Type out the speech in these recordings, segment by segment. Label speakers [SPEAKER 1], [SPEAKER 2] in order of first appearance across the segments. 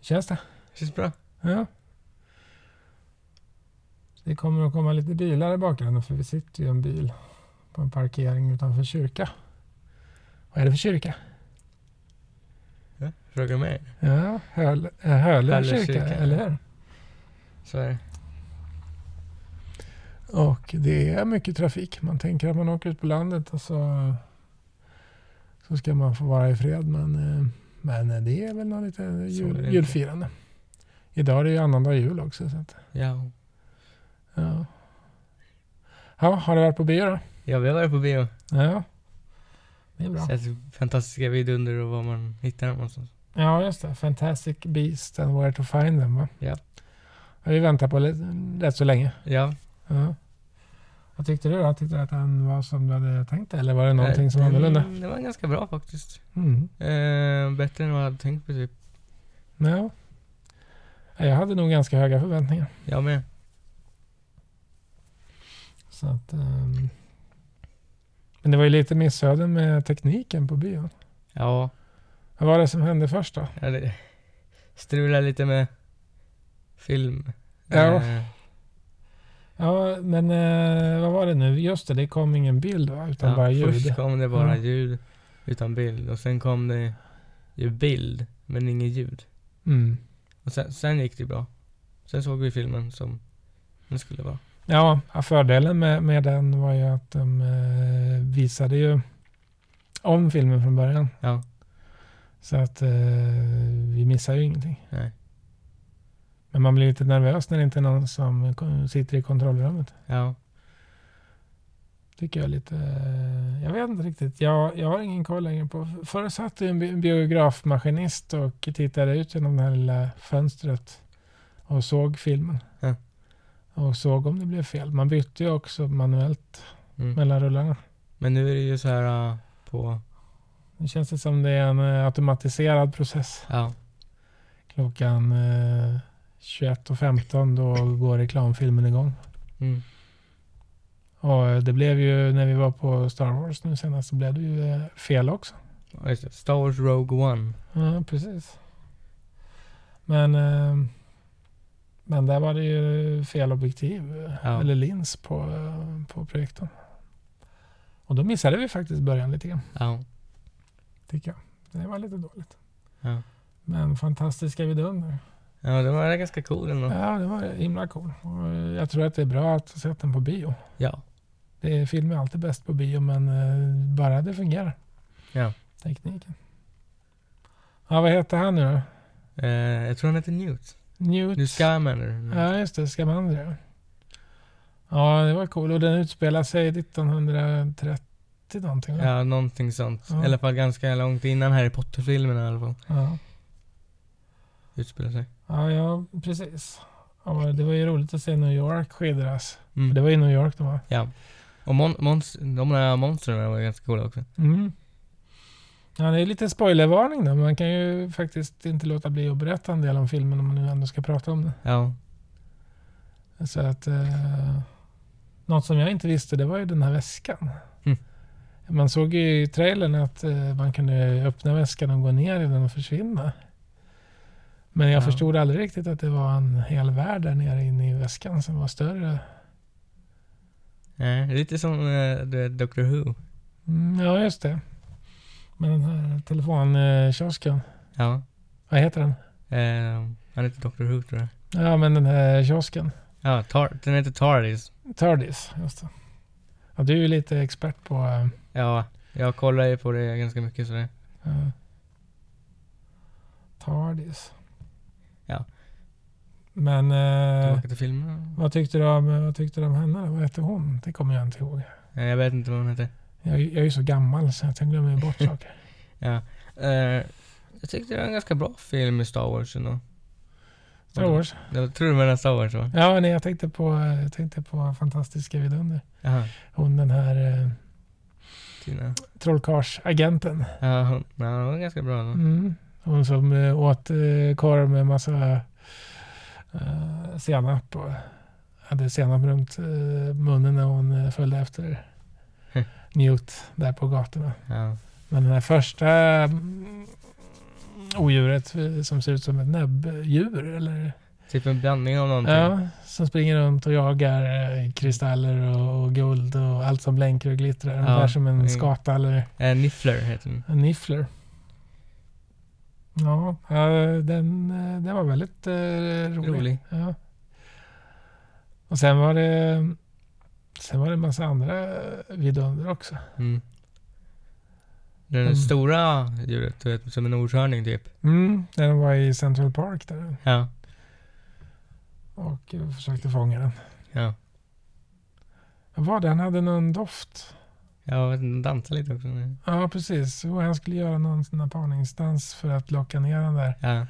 [SPEAKER 1] Känns det?
[SPEAKER 2] Känns bra.
[SPEAKER 1] Ja. Det kommer att komma lite bilar i bakgrunden för vi sitter ju i en bil på en parkering utanför kyrka. Vad är det för kyrka?
[SPEAKER 2] Ja, frågar du mig?
[SPEAKER 1] Ja, Höl, eh, Hölö
[SPEAKER 2] Hölö
[SPEAKER 1] kyrka,
[SPEAKER 2] kyrka, ja.
[SPEAKER 1] eller hur?
[SPEAKER 2] Så är det.
[SPEAKER 1] Och det är mycket trafik. Man tänker att man åker ut på landet och så, så ska man få vara i fred. Men, eh, men det är väl något lite
[SPEAKER 2] det
[SPEAKER 1] jul,
[SPEAKER 2] inte.
[SPEAKER 1] julfirande. Idag är det ju annandag jul också. Så att,
[SPEAKER 2] Ja.
[SPEAKER 1] ja. ja, har du varit på bio då?
[SPEAKER 2] ja, vi har varit på bio.
[SPEAKER 1] Ja, det är bra.
[SPEAKER 2] Sett fantastiska vidunder och var man hittar dem någonstans.
[SPEAKER 1] Ja, just det. Fantastic Beast and Where to Find Them. Va?
[SPEAKER 2] Ja.
[SPEAKER 1] Har vi väntat på lite, rätt så länge.
[SPEAKER 2] Ja.
[SPEAKER 1] Ja. Vad tyckte du då? Tyckte du att han var som du hade tänkt dig? Eller var det någonting som var
[SPEAKER 2] Eh, den-
[SPEAKER 1] annorlunda?
[SPEAKER 2] Det var ganska bra faktiskt.
[SPEAKER 1] Mm.
[SPEAKER 2] Eh, bättre än vad jag hade tänkt på typ.
[SPEAKER 1] Ja. Jag hade nog ganska höga förväntningar.
[SPEAKER 2] Jag med.
[SPEAKER 1] Så att, ehm. Men det var ju lite missöden med tekniken på bion.
[SPEAKER 2] Ja.
[SPEAKER 1] Vad var det som hände först då?
[SPEAKER 2] Ja, det strular lite med film.
[SPEAKER 1] Ja.
[SPEAKER 2] Eh,
[SPEAKER 1] Ja, men eh, vad var det nu? Just det, det kom ingen bild va? Utan bara ljud.
[SPEAKER 2] Först kom det bara
[SPEAKER 1] Ja.
[SPEAKER 2] ljud utan bild och sen kom det ju bild men inget ljud.
[SPEAKER 1] Mm.
[SPEAKER 2] Och sen, sen gick det bra. Sen såg vi filmen som den skulle vara.
[SPEAKER 1] Ja, ja, fördelen med, med den var ju att de eh, visade ju om filmen från början.
[SPEAKER 2] Ja,
[SPEAKER 1] Så att eh, vi missar ju ingenting.
[SPEAKER 2] nej.
[SPEAKER 1] Men man blir lite nervös när det inte är någon som kon- sitter i kontrollrummet.
[SPEAKER 2] Ja,
[SPEAKER 1] Tycker jag är lite... eh, Jag vet inte riktigt. Jag, jag har ingen koll längre på... Förr satt ju en bi- biografmaskinist och tittade ut genom det här lilla fönstret och såg filmen.
[SPEAKER 2] Ja.
[SPEAKER 1] Och såg om det blev fel. Man bytte ju också manuellt
[SPEAKER 2] mm.
[SPEAKER 1] mellan rullarna.
[SPEAKER 2] Men nu är det ju så här ah, på...
[SPEAKER 1] Nu känns det som det är en eh, automatiserad process.
[SPEAKER 2] Ja,
[SPEAKER 1] Klockan eh, 21.15 då går reklamfilmen igång.
[SPEAKER 2] mm.
[SPEAKER 1] Och eh, det blev ju när vi var på Star Wars nu senast så blev det ju eh, fel också.
[SPEAKER 2] Ja, just det. Star Wars Rogue One.
[SPEAKER 1] Ja, precis. Men, eh, men där var det ju fel objektiv eh,
[SPEAKER 2] Ja.
[SPEAKER 1] eller lins på, eh, på projektorn. Och då missade vi faktiskt början lite grann,
[SPEAKER 2] Ja,
[SPEAKER 1] tycker jag. Det var lite dåligt.
[SPEAKER 2] ja.
[SPEAKER 1] Men fantastiska vidunder.
[SPEAKER 2] Ja, den var ganska cool ändå.
[SPEAKER 1] Ja, det var himla cool. Och eh, jag tror att det är bra att ha sett den på bio.
[SPEAKER 2] Ja,
[SPEAKER 1] Det är, film är alltid bäst på bio, men eh, bara det fungerar.
[SPEAKER 2] Ja.
[SPEAKER 1] Tekniken. Ja, vad heter han nu då?
[SPEAKER 2] eh, jag tror han heter Newt.
[SPEAKER 1] Newt.
[SPEAKER 2] Newt Scamander.
[SPEAKER 1] Ja, just det. Scamander. ja. Ja, det var cool. Och den utspelar sig 1930 någonting. va?
[SPEAKER 2] Ja, någonting sånt.
[SPEAKER 1] Ja.
[SPEAKER 2] I alla fall ganska långt innan Harry Potter-filmerna i alla fall
[SPEAKER 1] Ja.
[SPEAKER 2] utspelar sig.
[SPEAKER 1] ja, ja precis. Och det var ju roligt att se New York skildras.
[SPEAKER 2] Mm.
[SPEAKER 1] Det var ju New York det var.
[SPEAKER 2] Ja. Och mon- mons- de där monstren var ganska coola också.
[SPEAKER 1] Mm. Ja, det är lite spoilervarning då. men Man kan ju faktiskt inte låta bli att berätta en del om filmen om man nu ändå ska prata om
[SPEAKER 2] Ja.
[SPEAKER 1] det. Så att, eh, något som jag inte visste det var ju den här väskan.
[SPEAKER 2] Mm.
[SPEAKER 1] Man såg ju i trailern att eh, man kunde öppna väskan och gå ner i den och försvinna. Men jag
[SPEAKER 2] Ja.
[SPEAKER 1] förstod aldrig riktigt att det var en hel värld där nere inne i väskan som var större.
[SPEAKER 2] Eh, lite som eh, du vet, Doctor Who.
[SPEAKER 1] Mm, ja, just det. Med den här telefonkiosken.
[SPEAKER 2] Ja.
[SPEAKER 1] Vad heter den?
[SPEAKER 2] Eh, han heter Doctor Who tror jag.
[SPEAKER 1] Ja, men den här kiosken.
[SPEAKER 2] Ja, tar- den heter Tardis.
[SPEAKER 1] Tardis, just det. Ja, du är ju lite expert på... eh,
[SPEAKER 2] Ja, jag kollar ju på det ganska mycket så det.
[SPEAKER 1] eh, Tardis.
[SPEAKER 2] Ja.
[SPEAKER 1] Men eh,
[SPEAKER 2] Tillbaka till filmerna.
[SPEAKER 1] vad, tyckte du om, vad tyckte du om henne då? Vad hette hon? Det kommer jag inte ihåg.
[SPEAKER 2] Eh, jag vet inte vad hon heter.
[SPEAKER 1] Jag, är ju- jag är ju så gammal så att jag glömmer ju bort saker.
[SPEAKER 2] Ja. Eh, jag tyckte det var en ganska bra film i Star Wars ändå.
[SPEAKER 1] Star Wars.
[SPEAKER 2] Jag tror du menar Star Wars va?
[SPEAKER 1] Ja, nej, jag tänkte på, eh, jag tänkte på Fantastiska Vidunder.
[SPEAKER 2] Jaha.
[SPEAKER 1] Hon den här eh,
[SPEAKER 2] Tina.
[SPEAKER 1] trollkarlsagenten.
[SPEAKER 2] Ja, hon, ja, hon var ganska bra då.
[SPEAKER 1] Mm. Hon som eh, åt eh, korv med massa eh, senap och hade senap runt eh, munnen när hon eh, följde efter Newt där på gatorna.
[SPEAKER 2] Ja.
[SPEAKER 1] Men den här första mm, odjuret eh, som ser ut som ett näbbdjur eller
[SPEAKER 2] Typ en blandning av någonting.
[SPEAKER 1] Ja, som springer runt och jagar eh, kristaller och, och guld och allt som blänker och glittrar. Ungefär som en
[SPEAKER 2] Mm.
[SPEAKER 1] skata eller
[SPEAKER 2] Eh, niffler heter den.
[SPEAKER 1] en niffler. Ja, eh, den, eh, den var väldigt eh, rolig.
[SPEAKER 2] Rolig.
[SPEAKER 1] Ja. Och sen var det Sen var det en massa andra eh, vidunder också.
[SPEAKER 2] Mm. Det
[SPEAKER 1] Mm.
[SPEAKER 2] stora djuret, du vet, som en orskörning typ.
[SPEAKER 1] Mm, när de var i Central Park där
[SPEAKER 2] Ja.
[SPEAKER 1] och eh, försökte fånga den.
[SPEAKER 2] Ja.
[SPEAKER 1] Vad den hade någon doft.
[SPEAKER 2] Jag vet inte, dansa lite också.
[SPEAKER 1] Ja, precis. Och han skulle göra någon sån här parningsdans för att locka ner den där
[SPEAKER 2] Ja.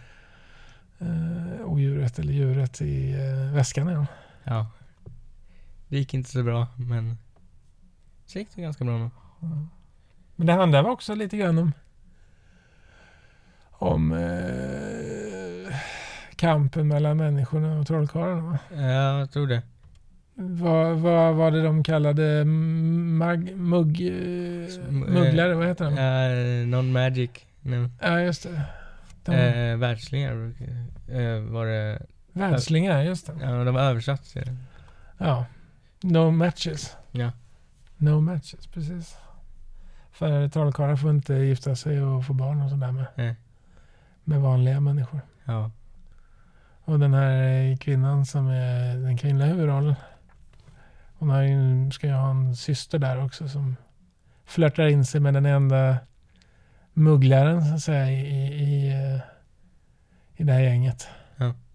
[SPEAKER 1] eh, odjuret eller djuret i eh, väskan igen.
[SPEAKER 2] Ja. Det gick inte så bra, men det gick det ganska bra med.
[SPEAKER 1] Men det handlar väl också lite grann om, om eh, kampen mellan människorna och trollkarlarna. va?
[SPEAKER 2] Ja, jag tror det.
[SPEAKER 1] Vad, vad var det de kallade mag, mugg, eh,
[SPEAKER 2] Sm- eh,
[SPEAKER 1] mugglare? Vad heter de? Ja,
[SPEAKER 2] Eh, Non-magic. No.
[SPEAKER 1] just det. De,
[SPEAKER 2] Eh, världslingar brukar- eh, var det.
[SPEAKER 1] världslingar, just det.
[SPEAKER 2] Ja, de var översatt till det.
[SPEAKER 1] Ja. No matches.
[SPEAKER 2] Ja.
[SPEAKER 1] No matches, precis. För trollkarlar får inte gifta sig och få barn och sådär med,
[SPEAKER 2] Nej.
[SPEAKER 1] med vanliga människor.
[SPEAKER 2] Ja.
[SPEAKER 1] Och den här eh, kvinnan som är den kvinnliga huvudrollen. Hon har ju, en- ska ju ha en syster där också som flörtar in sig med den enda mugglaren så att säga i, i, i, eh, i det här gänget.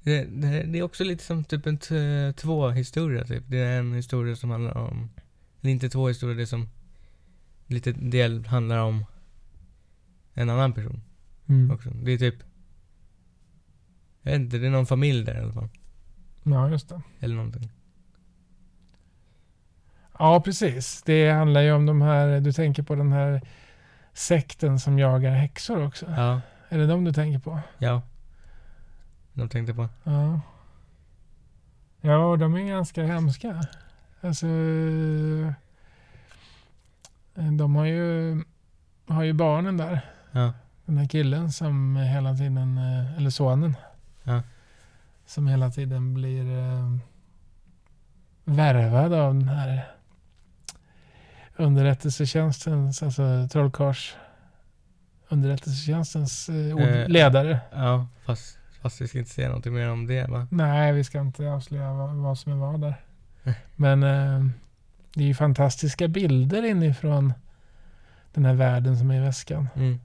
[SPEAKER 2] Det, det, det är också lite som typ en t- två historia typ. Det är en historia som handlar om, eller inte två historier, det är som lite del handlar om en annan person
[SPEAKER 1] Mm.
[SPEAKER 2] också. Det är typ, jag vet inte, det är någon familj där i alla fall.
[SPEAKER 1] Ja, just det.
[SPEAKER 2] Eller någonting.
[SPEAKER 1] Ja, precis. Det handlar ju om de här, du tänker på den här sekten som jagar häxor också.
[SPEAKER 2] Ja,
[SPEAKER 1] Är det de du tänker på?
[SPEAKER 2] ja. De tänkte på.
[SPEAKER 1] Ja. Ja, och de är ganska hemska. Alltså... eh, De har ju, har ju barnen där.
[SPEAKER 2] Ja.
[SPEAKER 1] Den här killen som hela tiden... eh, Eller sonen.
[SPEAKER 2] Ja.
[SPEAKER 1] Som hela tiden blir eh, värvad av den här underrättelsetjänstens, alltså trollkars underrättelsetjänstens eh, ord-
[SPEAKER 2] Eh.
[SPEAKER 1] ledare.
[SPEAKER 2] Ja, fast, fast vi ska inte säga någonting mer om det va?
[SPEAKER 1] Nej, vi ska inte avslöja vad, vad som är vad där. Men eh, det är ju fantastiska bilder inifrån den här världen som är i väskan.
[SPEAKER 2] Mm.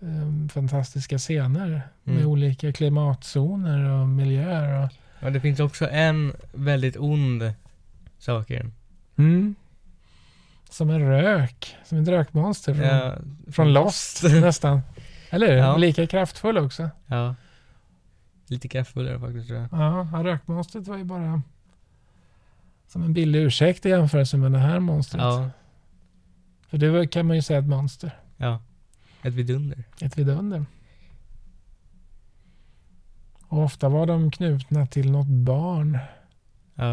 [SPEAKER 1] Eh, fantastiska scener med
[SPEAKER 2] Mm.
[SPEAKER 1] olika klimatzoner och miljöer. Och,
[SPEAKER 2] Ja, det finns också en väldigt ond sak i den. Mm.
[SPEAKER 1] Som en rök, som ett rökmonster från,
[SPEAKER 2] Ja,
[SPEAKER 1] från Lost nästan. Eller hur?
[SPEAKER 2] Ja.
[SPEAKER 1] Lika kraftfull också.
[SPEAKER 2] Ja. Lite kraftfullare faktiskt tror jag.
[SPEAKER 1] Ja, ja, rökmonstret var ju bara som en billig ursäkt i jämförelse med det här monstret.
[SPEAKER 2] Ja,
[SPEAKER 1] För det var- kan man ju säga ett monster.
[SPEAKER 2] ja. Ett vidunder.
[SPEAKER 1] ett vidunder. Och ofta var de knutna till något barn.
[SPEAKER 2] Ja,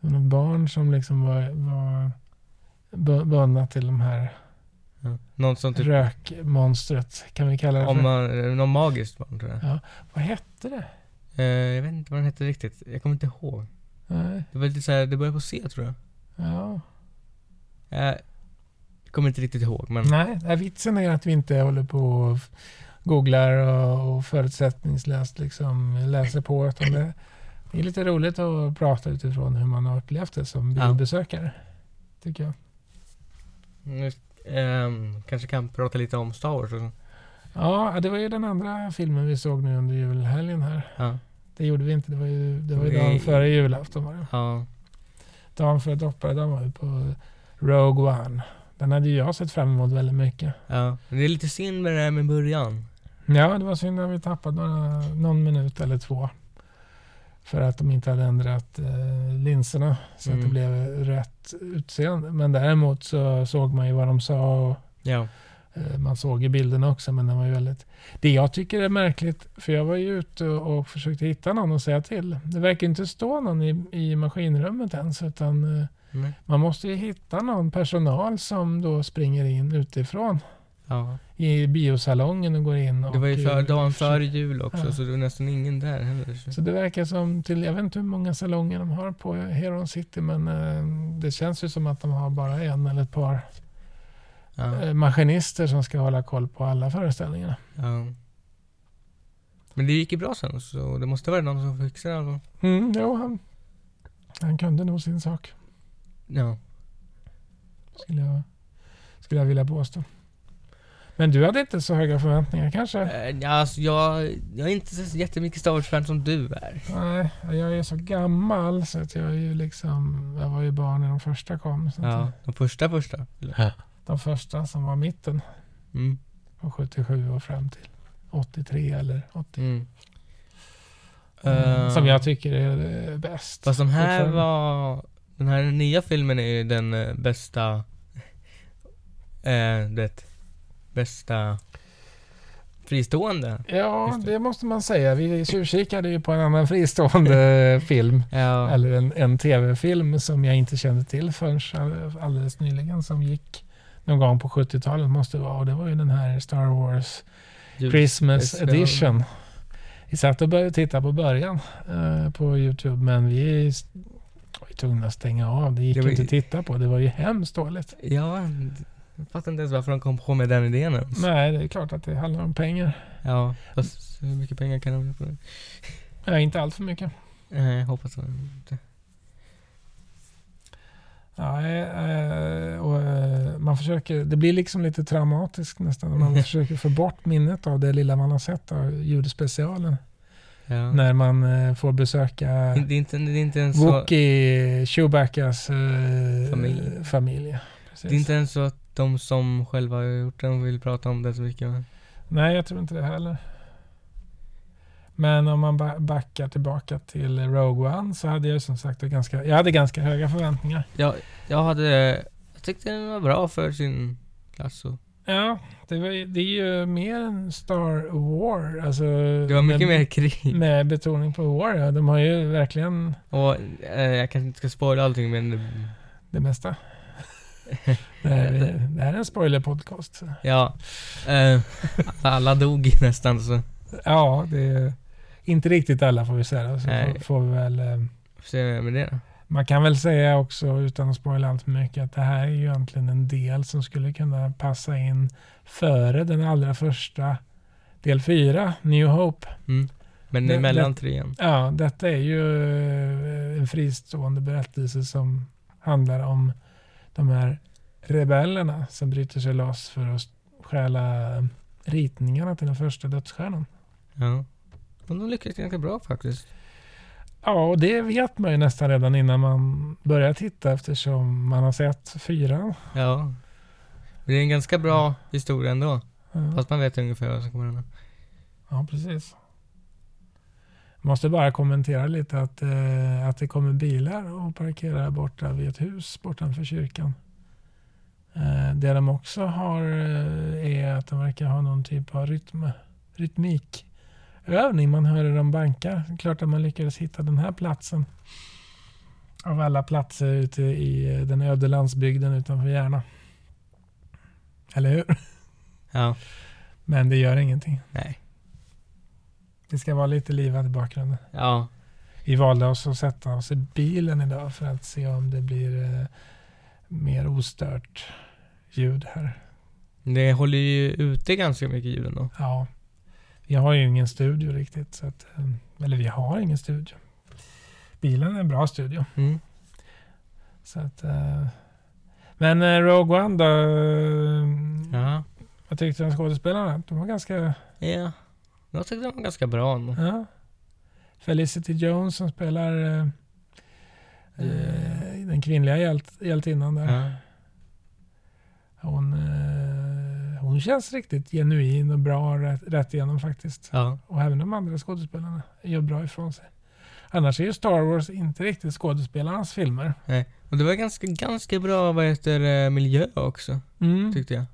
[SPEAKER 1] Det var Något barn som liksom var, var bu- bundna till de här
[SPEAKER 2] ja. Någon som typ,
[SPEAKER 1] rökmonstret. Kan vi kalla det för?
[SPEAKER 2] om man, någon magiskt barn tror jag.
[SPEAKER 1] Ja. Vad hette det?
[SPEAKER 2] Eh, jag vet inte vad den hette riktigt. Jag kommer inte ihåg.
[SPEAKER 1] Nej.
[SPEAKER 2] Det var lite såhär, det började på C tror jag.
[SPEAKER 1] Ja.
[SPEAKER 2] Eh, jag kommer inte riktigt ihåg men.
[SPEAKER 1] Nej, nej, vitsen är att vi inte håller på och f- googlar och, och förutsättningslöst liksom läser på. Utan det, det är lite roligt att prata utifrån hur man har upplevt det som
[SPEAKER 2] Ja.
[SPEAKER 1] biobesökare. Tycker jag.
[SPEAKER 2] Nu, ehm, kanske kan prata lite om Star Wars och så.
[SPEAKER 1] Ja, det var ju den andra filmen vi såg nu under julhelgen här.
[SPEAKER 2] Ja.
[SPEAKER 1] Det gjorde vi inte, det var ju, det var ju
[SPEAKER 2] Vi-
[SPEAKER 1] dagen före julafton var det.
[SPEAKER 2] Ja.
[SPEAKER 1] Dagen före dopparedagen var vi på Rogue One. Den hade ju jag sett fram emot väldigt mycket.
[SPEAKER 2] ja. Det är lite synd med det här med början.
[SPEAKER 1] Ja, det var synd att vi tappade några, någon minut eller två. För att de inte hade ändrat eh, linserna så att
[SPEAKER 2] Mm.
[SPEAKER 1] det blev rätt utseende. Men däremot så såg man ju vad de sa och
[SPEAKER 2] Ja.
[SPEAKER 1] Eh, Man såg ju bilderna också, men den var ju väldigt... Det jag tycker är märkligt, för jag var ju ute och och försökte hitta någon att säga till. Det verkar inte stå någon i, i maskinrummet ens, utan eh,
[SPEAKER 2] Nej.
[SPEAKER 1] man måste ju hitta någon personal som då springer in utifrån
[SPEAKER 2] Ja.
[SPEAKER 1] i biosalongen och går in. Och
[SPEAKER 2] Det var ju för, dagen före
[SPEAKER 1] för...
[SPEAKER 2] jul också
[SPEAKER 1] Ja.
[SPEAKER 2] så det var nästan ingen där heller. Så.
[SPEAKER 1] Så det verkar som, till, jag vet inte hur många salonger de har på Heron City men eh, det känns ju som att de har bara en eller ett par
[SPEAKER 2] Ja.
[SPEAKER 1] eh, maskinister som ska hålla koll på alla föreställningarna.
[SPEAKER 2] Ja. Men det gick ju bra sen så det måste vara någon som fixade det. i alla fall.
[SPEAKER 1] Mm, jo, han, han kunde nog sin sak
[SPEAKER 2] Ja.
[SPEAKER 1] skulle jag, skulle jag vilja påstå. Men du hade inte så höga förväntningar kanske?
[SPEAKER 2] Eh, ja, Alltså, jag, jag är inte så jättemycket Star Wars-fan som du är.
[SPEAKER 1] Nej, jag är så gammal så att jag är ju liksom, jag var ju barn när de första kom. Så att
[SPEAKER 2] Ja, de första första.
[SPEAKER 1] De första som var mitten
[SPEAKER 2] Mm.
[SPEAKER 1] från 77 och fram till 83 eller 80.
[SPEAKER 2] Mm. Eh,
[SPEAKER 1] Som jag tycker är eh, bäst.
[SPEAKER 2] Fast de här
[SPEAKER 1] fortfarande.
[SPEAKER 2] var... Den här nya filmen är ju den eh, bästa... Eh, det bästa fristående.
[SPEAKER 1] Ja,
[SPEAKER 2] Just
[SPEAKER 1] det måste man säga. Vi tjuvkikade ju på en annan fristående film.
[SPEAKER 2] Ja.
[SPEAKER 1] Eller en, en tv-film som jag inte kände till förrän all- alldeles nyligen som gick någon gång på 70-talet måste det vara. Och det var ju den här Star Wars Christmas
[SPEAKER 2] Special.
[SPEAKER 1] edition. Vi satt och började titta på början eh, på Youtube men vi s- var ju tvungna att stänga av. Det gick
[SPEAKER 2] Det var
[SPEAKER 1] inte
[SPEAKER 2] ju-
[SPEAKER 1] att titta på. Det var ju hemskt dåligt.
[SPEAKER 2] Ja, jag fattar inte ens varför de kom på med den idén ens.
[SPEAKER 1] Nej, det är klart att det handlar om pengar.
[SPEAKER 2] Ja, fast hur mycket pengar kan de få?
[SPEAKER 1] Ja, inte allt för mycket.
[SPEAKER 2] Nej, jag hoppas inte.
[SPEAKER 1] Nej, eh, och, eh, man försöker, det blir liksom lite traumatiskt nästan. när Man försöker få bort minnet av det lilla man har sett av ljudspecialen.
[SPEAKER 2] Ja.
[SPEAKER 1] När man eh, får besöka
[SPEAKER 2] Det är inte, det är inte ens så...
[SPEAKER 1] Wookie Chewbaccas eh,
[SPEAKER 2] Familj.
[SPEAKER 1] familj.
[SPEAKER 2] Det
[SPEAKER 1] Precis.
[SPEAKER 2] är inte ens så att de som själva har gjort den vill prata om det så mycket. va?
[SPEAKER 1] Nej, jag tror inte det heller. Men om man ba- backar tillbaka till Rogue One så hade jag ju som sagt ganska, jag hade ganska höga förväntningar.
[SPEAKER 2] Jag, jag hade... Jag tyckte den var bra för sin klass och
[SPEAKER 1] Ja, det, var, ju- det är ju mer en Star War. Alltså,
[SPEAKER 2] Det var mycket
[SPEAKER 1] med,
[SPEAKER 2] mer krig.
[SPEAKER 1] Med betoning på War, ja. De har ju verkligen
[SPEAKER 2] Och eh, jag kanske inte ska spoila allting men... det-
[SPEAKER 1] det mesta. det, här, är- det här är en spoilerpodcast.
[SPEAKER 2] Ja. Eh, alla dog ju nästan så.
[SPEAKER 1] Ja, det är inte riktigt alla får vi säga. Så
[SPEAKER 2] Nej.
[SPEAKER 1] får, får vi väl, eh,
[SPEAKER 2] Får se vad jag gör med det då.
[SPEAKER 1] man kan väl säga också, utan att spoila allt för mycket, att det här är ju egentligen en del som skulle kunna passa in före den allra första del fyra, New Hope.
[SPEAKER 2] Mm. Men
[SPEAKER 1] Det-
[SPEAKER 2] emellan trean.
[SPEAKER 1] Ja, detta är ju eh, en fristående berättelse som handlar om de här rebellerna som bryter sig loss för att stjäla ritningarna till den första dödsstjärnan.
[SPEAKER 2] Ja. Men de lyckades ganska bra faktiskt.
[SPEAKER 1] Ja, och det vet man ju nästan redan innan man börjar titta eftersom man har sett fyran.
[SPEAKER 2] Ja. Men det är en ganska bra historia ändå.
[SPEAKER 1] Ja.
[SPEAKER 2] Fast man vet ungefär vad som kommer hända.
[SPEAKER 1] Ja, precis. Måste bara kommentera lite att, eh, att det kommer bilar och parkerar borta vid ett hus bortanför kyrkan. Eh, det de också har eh, är att de verkar ha någon typ av rytm, rytmikövning. Man hör hur de bankar. Det är Klart att man lyckades hitta den här platsen. Av alla platser ute i eh, den öde landsbygden utanför Järna. Eller hur?
[SPEAKER 2] Ja.
[SPEAKER 1] Men det gör ingenting.
[SPEAKER 2] Nej.
[SPEAKER 1] Det ska vara lite livat i bakgrunden.
[SPEAKER 2] Ja.
[SPEAKER 1] Vi valde oss att sätta oss i bilen idag för att se om det blir eh, mer ostört ljud här.
[SPEAKER 2] Det håller ju ute ganska mycket ljud ändå.
[SPEAKER 1] Ja, vi har ju ingen studio riktigt. Så att, eh, eller vi har ingen studio. Bilen är en bra studio.
[SPEAKER 2] Mm.
[SPEAKER 1] Så att, eh, men eh, Rogue One då? eh,
[SPEAKER 2] Ja.
[SPEAKER 1] Vad tyckte du om skådespelarna? De var ganska...
[SPEAKER 2] Ja. Jag tyckte den var ganska bra ändå.
[SPEAKER 1] Ja. Felicity Jones som spelar eh, eh, den kvinnliga hjält, hjältinnan där.
[SPEAKER 2] Mm. Ja.
[SPEAKER 1] Hon, eh, hon känns riktigt genuin och bra rätt, rätt igenom faktiskt.
[SPEAKER 2] Ja.
[SPEAKER 1] Och även de andra skådespelarna gör bra ifrån sig. Annars är ju Star Wars inte riktigt skådespelarnas filmer.
[SPEAKER 2] Och det var ganska, ganska bra vad heter det, miljö också. Tyckte jag.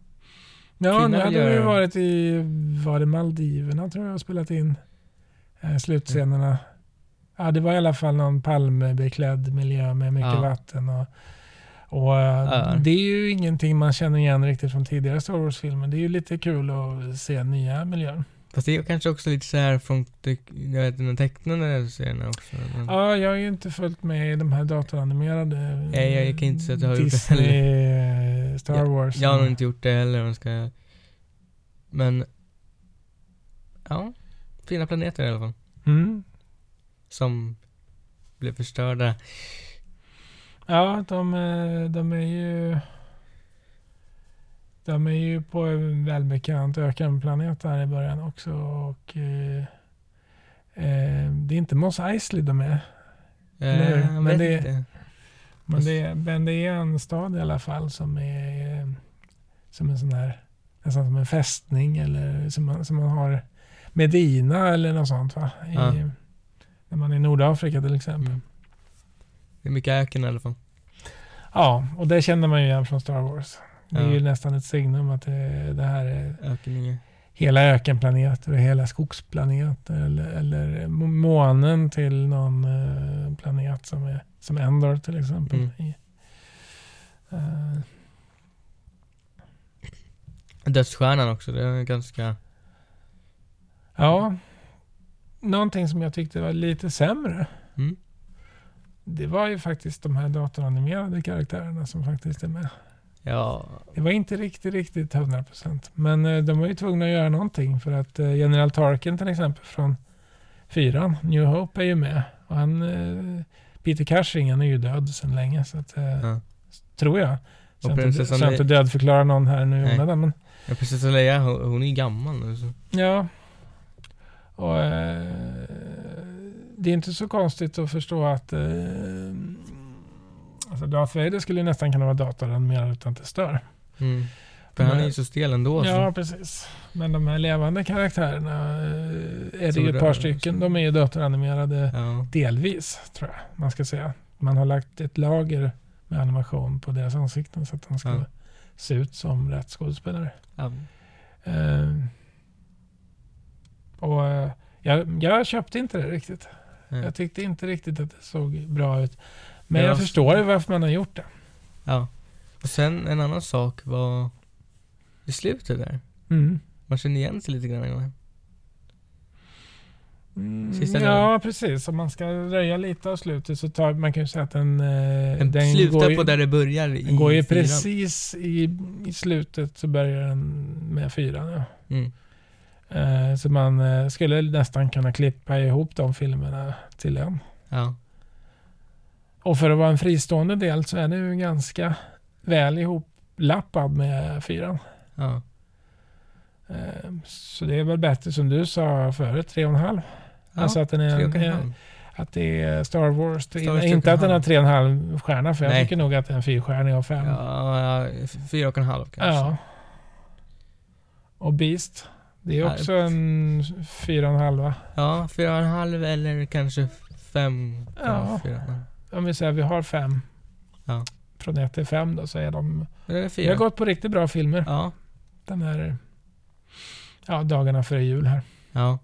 [SPEAKER 1] Ja,
[SPEAKER 2] Kina
[SPEAKER 1] nu
[SPEAKER 2] vill
[SPEAKER 1] hade vi ju
[SPEAKER 2] göra-
[SPEAKER 1] varit i, var det Maldiverna tror jag, och spelat in eh, slutscenerna. Ja, det var i alla fall någon palmbeklädd miljö med mycket
[SPEAKER 2] Ja.
[SPEAKER 1] vatten och, Och eh,
[SPEAKER 2] Ja.
[SPEAKER 1] Det är ju ingenting man känner igen riktigt från tidigare Star Wars-filmer. Det är ju lite kul att se nya miljöer.
[SPEAKER 2] Fast det är kanske också lite så här från te- jag vet, inte, de tecknade serierna också. Men,
[SPEAKER 1] Ja, jag har ju inte följt med i de här datoranimerade
[SPEAKER 2] Nej, jag kan inte säga att jag har gjort det
[SPEAKER 1] Disney, eh, Star Wars.
[SPEAKER 2] jag har nog inte gjort det heller om jag ska... Men... Ja. Fina planeter i alla fall.
[SPEAKER 1] Mm.
[SPEAKER 2] Som blev förstörda.
[SPEAKER 1] Ja, de, eh, de är ju... De är ju på en välbekant ökenplanet där i början också. Och, eh, eh, det är inte Mos Eisley de är. Eller hur?
[SPEAKER 2] Eh, jag
[SPEAKER 1] Men
[SPEAKER 2] vet
[SPEAKER 1] det-
[SPEAKER 2] inte.
[SPEAKER 1] Men det, är- men det är en stad i alla fall som är eh, som en sån här, nästan som en fästning eller som man, som man har Medina eller något sånt va? I,
[SPEAKER 2] Ja.
[SPEAKER 1] När man är i Nordafrika till exempel.
[SPEAKER 2] Mm. det är mycket öken i alla fall.
[SPEAKER 1] Ja, och det känner man ju igen från Star Wars. Det är
[SPEAKER 2] Ja.
[SPEAKER 1] ju nästan ett signum att det, det här är
[SPEAKER 2] Ökeninge.
[SPEAKER 1] hela ökenplaneter och hela skogsplaneter eller, eller må- månen till någon eh, planet som är som Endor till exempel.
[SPEAKER 2] Mm.
[SPEAKER 1] I, eh,
[SPEAKER 2] Dödsstjärnan också, det är ganska...
[SPEAKER 1] Ja. Någonting som jag tyckte var lite sämre.
[SPEAKER 2] Mm.
[SPEAKER 1] Det var ju faktiskt de här datoranimerade karaktärerna som faktiskt är med.
[SPEAKER 2] Ja,
[SPEAKER 1] Det var inte riktigt, riktigt 100%. Men eh, de var ju tvungna att göra någonting för att eh, General Tarkin till exempel från fyran, New Hope är ju med. Och han, eh, Peter Cushing, han är ju död sedan länge. Så att, eh,
[SPEAKER 2] Ja.
[SPEAKER 1] Tror jag. Så jag inte,
[SPEAKER 2] prinsessan
[SPEAKER 1] så jag
[SPEAKER 2] Le-
[SPEAKER 1] inte dödförklarar någon här nu i
[SPEAKER 2] Nej.
[SPEAKER 1] onödan. men-
[SPEAKER 2] ja prinsessa Leia hon, hon är ju gammal nu så.
[SPEAKER 1] Ja. Och, eh, det är inte så konstigt att förstå att eh, alltså Darth Vader skulle ju nästan kunna vara datoranimerad utan att det stör.
[SPEAKER 2] Mm. För han är ju så stel ändå.
[SPEAKER 1] Ja,
[SPEAKER 2] Så.
[SPEAKER 1] precis. Men de här levande karaktärerna eh, är det
[SPEAKER 2] Som
[SPEAKER 1] ju
[SPEAKER 2] rör
[SPEAKER 1] ett par
[SPEAKER 2] sig.
[SPEAKER 1] stycken. De är ju datoranimerade
[SPEAKER 2] Ja.
[SPEAKER 1] delvis, tror jag man ska säga. Man har lagt ett lager med animation på deras ansikten så att de ska
[SPEAKER 2] Ja.
[SPEAKER 1] se ut som rätt skådespelare.
[SPEAKER 2] ja.
[SPEAKER 1] Eh, och eh, jag, jag köpte inte det riktigt.
[SPEAKER 2] Nej.
[SPEAKER 1] Jag tyckte inte riktigt att det såg bra ut. Men
[SPEAKER 2] Ja.
[SPEAKER 1] jag förstår ju varför man har gjort det.
[SPEAKER 2] Ja. Och sen en annan sak var i slutet där.
[SPEAKER 1] Mm.
[SPEAKER 2] Man kände igen sig lite grann. ja.
[SPEAKER 1] Mm,
[SPEAKER 2] Sista
[SPEAKER 1] ja, precis. Om man ska röja lite av slutet så tar man kan ju säga att den... eh,
[SPEAKER 2] Den,
[SPEAKER 1] den
[SPEAKER 2] slutar
[SPEAKER 1] går ju,
[SPEAKER 2] på där det börjar i
[SPEAKER 1] Den går ju
[SPEAKER 2] fyran.
[SPEAKER 1] precis i, i slutet så börjar den med fyran. Ja.
[SPEAKER 2] Mm.
[SPEAKER 1] Eh, så man eh, skulle nästan kunna klippa ihop de filmerna till en.
[SPEAKER 2] Ja.
[SPEAKER 1] Och för att vara en fristående del så är den ju ganska väl ihoplappad med fyran.
[SPEAKER 2] Ja.
[SPEAKER 1] Eh, Så det är väl bättre som du sa förut, tre och en halv.
[SPEAKER 2] ja.
[SPEAKER 1] Alltså att, den är
[SPEAKER 2] tre
[SPEAKER 1] en,
[SPEAKER 2] och en halv.
[SPEAKER 1] eh, att det är Star Wars.
[SPEAKER 2] Star Wars tre och
[SPEAKER 1] inte
[SPEAKER 2] en
[SPEAKER 1] att den har
[SPEAKER 2] halv.
[SPEAKER 1] tre och en halv stjärna för jag
[SPEAKER 2] Nej.
[SPEAKER 1] tycker nog att den är en fyrstjärnig av fem.
[SPEAKER 2] Ja, ja, f- fyra och en halv kanske.
[SPEAKER 1] Ja. Och Beast, det är
[SPEAKER 2] Ja,
[SPEAKER 1] också en fyra och en halva.
[SPEAKER 2] Ja, fyra och en halv eller kanske fem.
[SPEAKER 1] Ja.
[SPEAKER 2] Fyra. och en halv.
[SPEAKER 1] Om vi säger att vi har fem.
[SPEAKER 2] Ja.
[SPEAKER 1] Från ett till fem då så är de...
[SPEAKER 2] Eller är det
[SPEAKER 1] Vi
[SPEAKER 2] fyra.
[SPEAKER 1] har gått på riktigt bra filmer.
[SPEAKER 2] Ja.
[SPEAKER 1] Den här... Ja, dagarna före jul här.
[SPEAKER 2] Ja.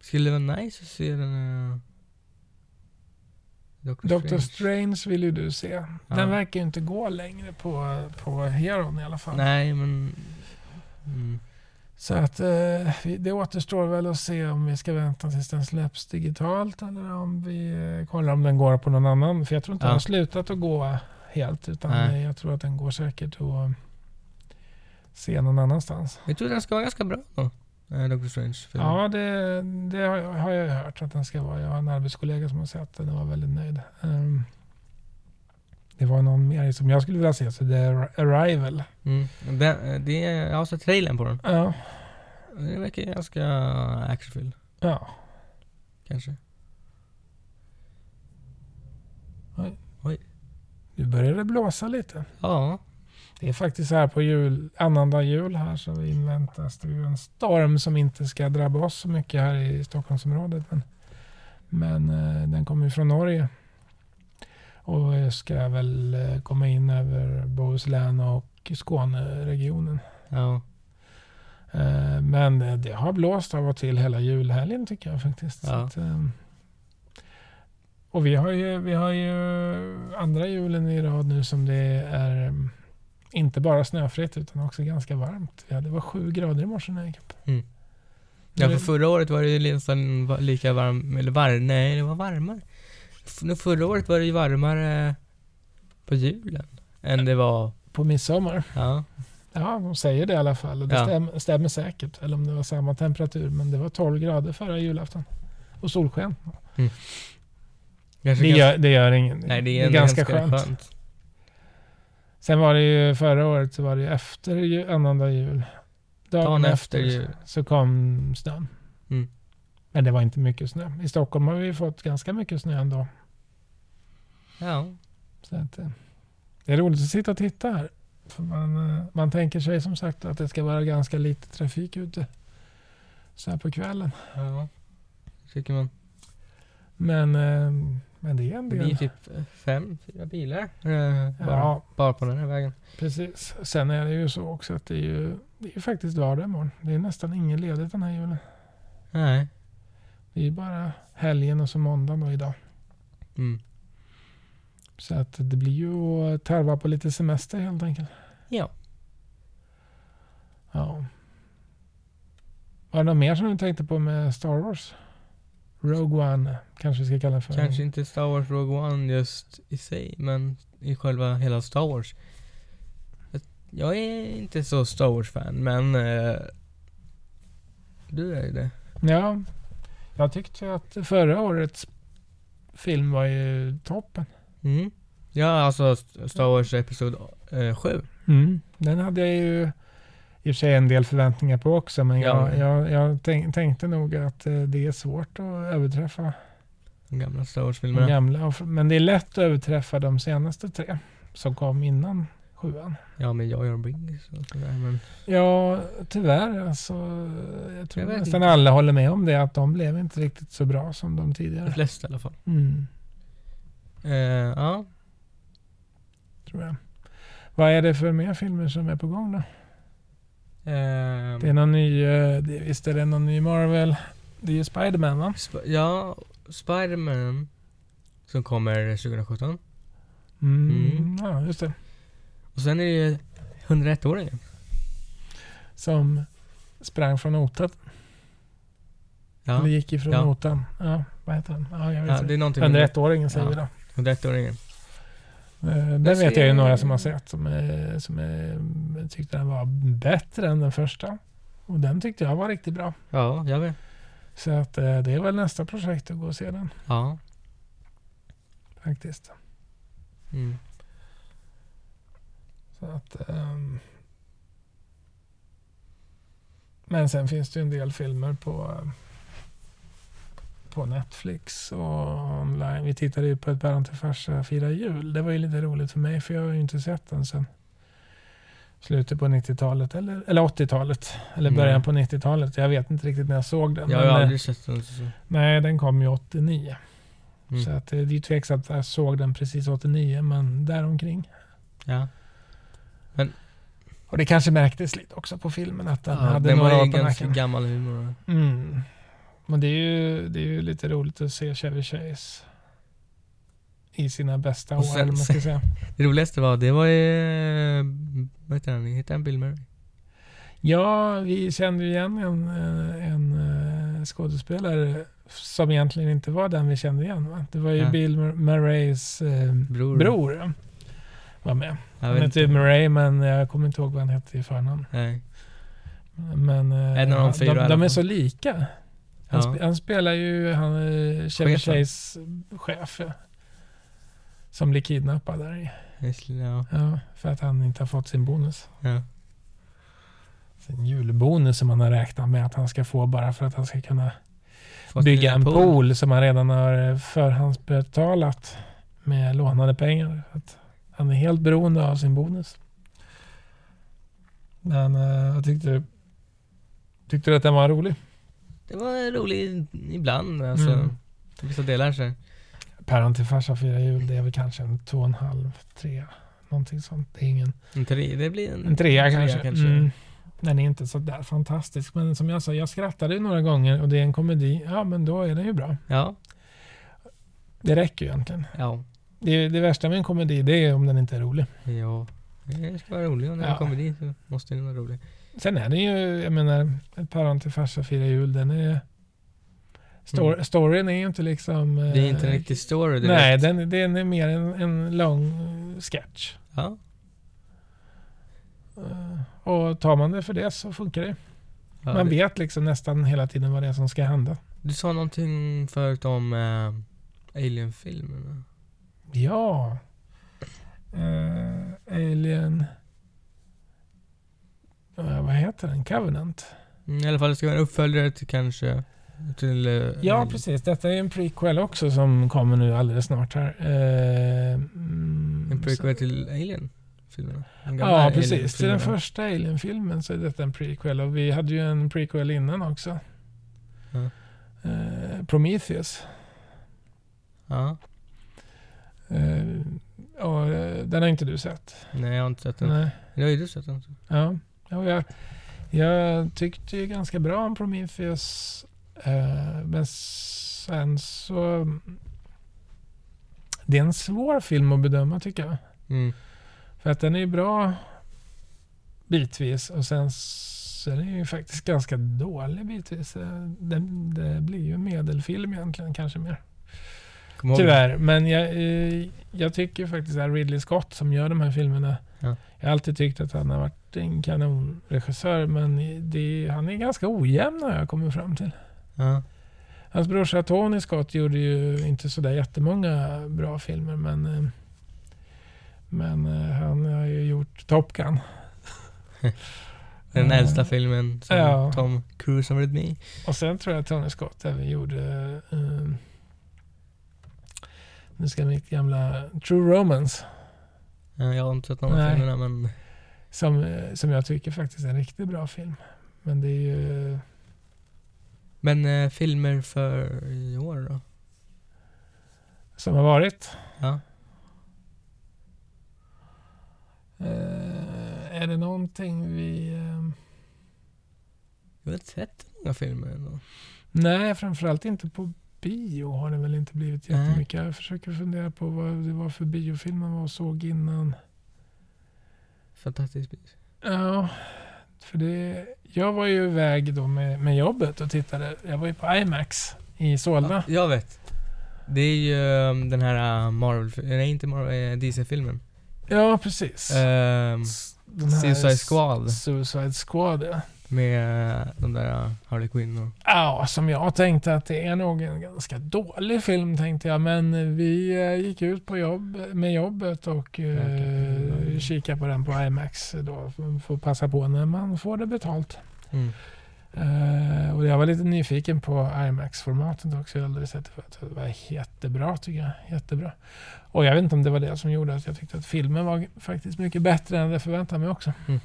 [SPEAKER 2] Skulle det vara nice att se den här... Doctor,
[SPEAKER 1] Doctor Strange
[SPEAKER 2] Strange.
[SPEAKER 1] vill ju du se. Den
[SPEAKER 2] Ja.
[SPEAKER 1] verkar ju inte gå längre på, på Heron i alla fall.
[SPEAKER 2] Nej, men... Mm.
[SPEAKER 1] Så att eh, vi- det återstår väl att se om vi ska vänta tills den släpps digitalt eller om vi eh, kollar om den går på någon annan. För jag tror inte
[SPEAKER 2] Ja.
[SPEAKER 1] den har slutat att gå helt utan
[SPEAKER 2] Nej.
[SPEAKER 1] eh, jag tror att den går säkert att se någon annanstans.
[SPEAKER 2] Jag tror den ska vara ganska bra då. eh, Doctor Strange. filmen.
[SPEAKER 1] Ja, det, det har jag- har jag hört att den ska vara. Jag har en arbetskollega som har sett den och var väldigt nöjd. Ehm, det var någon mer som jag skulle vilja se, så det är Arrival.
[SPEAKER 2] Mm. Den, eh, det, jag har sett trailern på den.
[SPEAKER 1] Ja,
[SPEAKER 2] Den verkar ganska actionfylld,
[SPEAKER 1] ja.
[SPEAKER 2] kanske.
[SPEAKER 1] nu börjar det blåsa lite.
[SPEAKER 2] Ja.
[SPEAKER 1] Det är faktiskt här på jul, annandag jul här så inväntas det ju en storm som inte ska drabba oss så mycket här i Stockholmsområdet. Men, men eh, den kommer ju från Norge. Och eh, ska väl eh, komma in över Bohuslän och Skåneregionen.
[SPEAKER 2] Ja.
[SPEAKER 1] Eh, Men eh, det har blåst av och till hela julhelgen tycker jag faktiskt. Så
[SPEAKER 2] Ja.
[SPEAKER 1] att, eh, Och vi har, ju, vi har ju andra julen i rad nu som det är mm, inte bara snöfritt utan också ganska varmt. Ja, det var sju grader i morse när jag gick upp.
[SPEAKER 2] Mm.
[SPEAKER 1] Nu-
[SPEAKER 2] Ja, för förra året var det ju nästan va- lika varmt, eller var, nej det var varmare. F- nu Förra året var det ju varmare på julen än det var,
[SPEAKER 1] På midsommar.
[SPEAKER 2] ja.
[SPEAKER 1] Ja, de säger det i alla fall. Och det
[SPEAKER 2] Ja.
[SPEAKER 1] stäm, stämmer säkert. Eller om det var samma temperatur. Men det var 12 grader förra julafton. Och solsken.
[SPEAKER 2] Kanske
[SPEAKER 1] Det
[SPEAKER 2] ganska-
[SPEAKER 1] gör, det gör ingen.
[SPEAKER 2] nej, det är, ändå
[SPEAKER 1] ganska, skönt. Sen var det ju förra året så var det ju efter ju, annandag jul. Dagen
[SPEAKER 2] Dagen
[SPEAKER 1] efter
[SPEAKER 2] efter jul.
[SPEAKER 1] så kom snön.
[SPEAKER 2] Mm.
[SPEAKER 1] Men det var inte mycket snö. I Stockholm har vi ju fått ganska mycket snö ändå.
[SPEAKER 2] Ja.
[SPEAKER 1] Så att, eh, det är roligt att sitta och titta här. För man, eh, man tänker sig som sagt att det ska vara ganska lite trafik ute. Så här på kvällen.
[SPEAKER 2] ja. Tycker man.
[SPEAKER 1] Men, eh, men det är en
[SPEAKER 2] Det blir
[SPEAKER 1] del.
[SPEAKER 2] typ fem, fyra bilar. eh, Bara,
[SPEAKER 1] Ja.
[SPEAKER 2] bara på den här vägen.
[SPEAKER 1] Precis. Sen är det ju så också att det är ju, det är ju faktiskt vardag imorgon. Det är nästan ingen ledigt den här julen.
[SPEAKER 2] Nej.
[SPEAKER 1] Det är ju bara helgen och så måndagen och idag.
[SPEAKER 2] Mm.
[SPEAKER 1] Så att det blir ju att tarva på lite semester helt enkelt.
[SPEAKER 2] Ja.
[SPEAKER 1] Ja. Var det något mer som du tänkte på med Star Wars? Rogue One kanske vi ska kalla det för.
[SPEAKER 2] Kanske inte Star Wars Rogue One just i sig, men i själva hela Star Wars. Att- Jag är inte så Star Wars-fan, men... eh, du är ju det.
[SPEAKER 1] Ja. Jag tyckte att förra årets film var ju toppen.
[SPEAKER 2] Mm. Ja, alltså St- Star Wars Episod eh, 7.
[SPEAKER 1] Mm. Den hade jag ju i och för sig en del förväntningar på också. Men
[SPEAKER 2] Ja.
[SPEAKER 1] jag, jag, jag tänk, tänkte nog att eh, det är svårt att överträffa
[SPEAKER 2] De gamla Star
[SPEAKER 1] de
[SPEAKER 2] Wars-filmerna.
[SPEAKER 1] gamla. och- Men det är lätt att överträffa de senaste tre som kom innan sjuan.
[SPEAKER 2] Ja, men jag gör Binks och sådär, men...
[SPEAKER 1] Ja, tyvärr. Alltså, jag tror
[SPEAKER 2] Jag vet
[SPEAKER 1] nästan
[SPEAKER 2] inte.
[SPEAKER 1] alla håller med om det. Att de blev inte riktigt så bra som de
[SPEAKER 2] De
[SPEAKER 1] tidigare.
[SPEAKER 2] flesta i alla fall.
[SPEAKER 1] Mm,
[SPEAKER 2] Eh, ja.
[SPEAKER 1] tror jag. Vad är det för mer filmer som är på gång då?
[SPEAKER 2] Ehm,
[SPEAKER 1] Det är någon ny, eh, det, visst är det någon ny Marvel? Det är ju Spiderman va?
[SPEAKER 2] Sp- ja, Spider-Man. Som kommer 2017.
[SPEAKER 1] Mm,
[SPEAKER 2] Mm.
[SPEAKER 1] Ja, just det.
[SPEAKER 2] Och sen är det ju 101-åringen.
[SPEAKER 1] Som sprang från notan.
[SPEAKER 2] Ja.
[SPEAKER 1] Eller gick ifrån
[SPEAKER 2] Ja.
[SPEAKER 1] notan. Ja, vad heter den? Ja, jag vet
[SPEAKER 2] ja, det
[SPEAKER 1] inte.
[SPEAKER 2] är någonting med
[SPEAKER 1] 101-åringen säger
[SPEAKER 2] Ja.
[SPEAKER 1] vi då.
[SPEAKER 2] 101-åringen.
[SPEAKER 1] Eh, Den
[SPEAKER 2] Jag
[SPEAKER 1] vet jag ju
[SPEAKER 2] ser-
[SPEAKER 1] några som har sett som, eh, som eh, tyckte den var bättre än den första. Och den tyckte jag var riktigt bra.
[SPEAKER 2] Ja, jag vet.
[SPEAKER 1] Så att eh, det är väl nästa projekt att gå och se den
[SPEAKER 2] Ja.
[SPEAKER 1] faktiskt.
[SPEAKER 2] Mm.
[SPEAKER 1] Så att, ehm, men sen finns det ju en del filmer på, eh, på Netflix och online. Vi tittade ju på Ett päron till farsa firar jul. Det var ju lite roligt för mig för jag har ju inte sett den sen slutet på 90-talet eller, eller 80-talet. Eller
[SPEAKER 2] Nej.
[SPEAKER 1] början på 90-talet. Jag vet inte riktigt när jag såg den.
[SPEAKER 2] Jag har ju
[SPEAKER 1] men, eh,
[SPEAKER 2] aldrig sett den. så-
[SPEAKER 1] Nej, den kom ju 89.
[SPEAKER 2] Mm.
[SPEAKER 1] Så att, eh, det är ju tveksamt att jag såg den precis 89 men däromkring.
[SPEAKER 2] Ja.
[SPEAKER 1] Och det kanske märktes lite också på filmen att den
[SPEAKER 2] ja,
[SPEAKER 1] hade
[SPEAKER 2] den
[SPEAKER 1] några
[SPEAKER 2] var
[SPEAKER 1] år
[SPEAKER 2] ju
[SPEAKER 1] på
[SPEAKER 2] ganska
[SPEAKER 1] nacken.
[SPEAKER 2] gammal humor.
[SPEAKER 1] Mm. Men det är, ju, det är ju lite roligt att se Chevy Chase i sina bästa
[SPEAKER 2] Och
[SPEAKER 1] år,
[SPEAKER 2] sen-
[SPEAKER 1] eller vad man ska säga.
[SPEAKER 2] Det roligaste var, det var ju... Vad heter han? Heter han Bill Murray?
[SPEAKER 1] Ja, vi kände ju igen en, eh, en eh, skådespelare som egentligen inte var den vi kände igen. Va? Det var ju
[SPEAKER 2] Ja.
[SPEAKER 1] Bill Mur- Murrays eh,
[SPEAKER 2] Bror.
[SPEAKER 1] bror var med.
[SPEAKER 2] Jag
[SPEAKER 1] Han
[SPEAKER 2] vet
[SPEAKER 1] hette
[SPEAKER 2] inte.
[SPEAKER 1] ju Murray, men jag kommer inte ihåg vad han hette i förnamn.
[SPEAKER 2] Nej.
[SPEAKER 1] Men eh,
[SPEAKER 2] En av de
[SPEAKER 1] han-
[SPEAKER 2] fyra i
[SPEAKER 1] de,
[SPEAKER 2] alla
[SPEAKER 1] de är
[SPEAKER 2] fall.
[SPEAKER 1] så lika. Han,
[SPEAKER 2] Ja.
[SPEAKER 1] sp- han spelar ju han, eh, Chevy
[SPEAKER 2] Chefen.
[SPEAKER 1] Chase chef. ja. Som blir kidnappad där. i.
[SPEAKER 2] Just- Ja.
[SPEAKER 1] Ja, för att han inte har fått sin bonus.
[SPEAKER 2] ja.
[SPEAKER 1] Sin julbonus som han har räknat med att han ska få bara för att han ska kunna
[SPEAKER 2] Fast
[SPEAKER 1] bygga en
[SPEAKER 2] lilla
[SPEAKER 1] pool. som han redan har eh, förhandsbetalat med lånade pengar. Så Att han är helt beroende av sin bonus. Men eh, jag tyckte, tyckte du att den var rolig?
[SPEAKER 2] Det var roligt ibland alltså.
[SPEAKER 1] Mm.
[SPEAKER 2] Vissa delar så.
[SPEAKER 1] Päron till farsa firar jul, det är väl kanske en två och en halv, tre. Någonting sånt. Det är ingen...
[SPEAKER 2] En tre, det blir Mm. en...
[SPEAKER 1] En trea kanske.
[SPEAKER 2] kanske.
[SPEAKER 1] Mm. Den är inte så där fantastisk. Men som jag sa, jag skrattade ju några gånger och det är en komedi. Ja, men då är den ju bra.
[SPEAKER 2] Ja.
[SPEAKER 1] Det räcker ju egentligen.
[SPEAKER 2] Ja.
[SPEAKER 1] Det, det värsta med en komedi det är om den inte är rolig.
[SPEAKER 2] Ja. Det ska vara roligt och när
[SPEAKER 1] Ja.
[SPEAKER 2] jag kommer dit så måste den vara rolig.
[SPEAKER 1] Sen är den ju, jag menar, ett päron till farsa firar jul, den är... Stor,
[SPEAKER 2] Mm.
[SPEAKER 1] Storyn är ju inte liksom...
[SPEAKER 2] Det är inte
[SPEAKER 1] eh,
[SPEAKER 2] en riktig story direkt.
[SPEAKER 1] Nej, den, den är mer en, en lång eh, sketch.
[SPEAKER 2] Ja.
[SPEAKER 1] Eh, Och tar man det för det så funkar det.
[SPEAKER 2] ja
[SPEAKER 1] man
[SPEAKER 2] det-
[SPEAKER 1] vet liksom nästan hela tiden vad det är som ska hända.
[SPEAKER 2] Du sa någonting förut om eh, Alien-filmerna.
[SPEAKER 1] Ja. Eh, Alien... Eh, vad heter den? Covenant?
[SPEAKER 2] Mm, I alla fall, det ska vara en uppföljare till kanske... Till... eh,
[SPEAKER 1] Ja,
[SPEAKER 2] Alien.
[SPEAKER 1] precis. Detta är en prequel också som kommer nu alldeles snart här. Eh, mm,
[SPEAKER 2] En prequel till Alien-filmerna. De gamla
[SPEAKER 1] Ja, precis. Till
[SPEAKER 2] Alien-filmerna.
[SPEAKER 1] den första Alien-filmen så är detta en prequel. Och vi hade ju en prequel innan också.
[SPEAKER 2] Ja.
[SPEAKER 1] Eh, Prometheus.
[SPEAKER 2] Ja.
[SPEAKER 1] Eh, och, eh, den har inte du sett.
[SPEAKER 2] Nej, jag har inte sett den.
[SPEAKER 1] Nej.
[SPEAKER 2] Det har ju du sett den. så.
[SPEAKER 1] Ja. Ja, och jag, jag tyckte ju ganska bra om Prometheus. Eh, men sen så... Det är en svår film att bedöma tycker jag.
[SPEAKER 2] Mm.
[SPEAKER 1] För att den är ju bra bitvis och sen så är den ju faktiskt ganska dålig bitvis. Eh, Den, det blir ju en medelfilm egentligen kanske mer.
[SPEAKER 2] Kom ihåg.
[SPEAKER 1] Tyvärr, men jag, eh, jag tycker faktiskt att Ridley Scott som gör de här filmerna.
[SPEAKER 2] Ja.
[SPEAKER 1] Jag har alltid tyckt att han har varit en kanonregissör men det, han är ganska ojämn har jag kommit fram till.
[SPEAKER 2] Ja.
[SPEAKER 1] Hans brorsa Tony Scott gjorde ju inte sådär jättemånga bra filmer men, eh, men eh, han har ju gjort Top Gun.
[SPEAKER 2] Den
[SPEAKER 1] Eh,
[SPEAKER 2] äldsta filmen som
[SPEAKER 1] ja.
[SPEAKER 2] Tom Cruise har varit med i.
[SPEAKER 1] Och sen tror jag att Tony Scott även gjorde eh, nu ska mitt gamla True Romance
[SPEAKER 2] Ja, Jag har inte sett någon av
[SPEAKER 1] Nej.
[SPEAKER 2] filmerna men...
[SPEAKER 1] som, eh, som jag tycker faktiskt är en riktigt bra film. Men det är ju...
[SPEAKER 2] Men eh, filmer för i år då?
[SPEAKER 1] som har varit.
[SPEAKER 2] Ja.
[SPEAKER 1] Eh, är det någonting vi... eh,
[SPEAKER 2] Jag har inte sett många filmer ändå.
[SPEAKER 1] nej, framförallt inte på bio har det väl inte blivit
[SPEAKER 2] Nej.
[SPEAKER 1] jättemycket. Jag försöker fundera på vad det var för biofilm man var och såg innan.
[SPEAKER 2] Fantastisk pris.
[SPEAKER 1] Ja, för det... Jag var ju iväg då med, med jobbet och tittade. Jag var ju på IMAX i Solna.
[SPEAKER 2] Ja, jag vet. Det är ju ehm, den här eh, Marvel... Nej, inte Marvel. Eh, DC-filmen.
[SPEAKER 1] Ja, precis.
[SPEAKER 2] Ehm,
[SPEAKER 1] Den här
[SPEAKER 2] Suicide Squad.
[SPEAKER 1] Suicide Squad, ja.
[SPEAKER 2] Med eh, de där eh, Harley Quinn och...
[SPEAKER 1] Ja, som jag tänkte att det är nog en ganska dålig film tänkte jag. Men vi eh, gick ut på jobb, med jobbet och eh, kikade på den på IMAX då. F- Får passa på när man får det betalt.
[SPEAKER 2] Mm.
[SPEAKER 1] Eh, och jag var lite nyfiken på IMAX-formatet också. Jag har aldrig sett det förut. Det var jättebra tycker jag. Jättebra. Och jag vet inte om det var det som gjorde att jag tyckte att filmen var faktiskt mycket bättre än jag förväntade mig också.
[SPEAKER 2] Mm.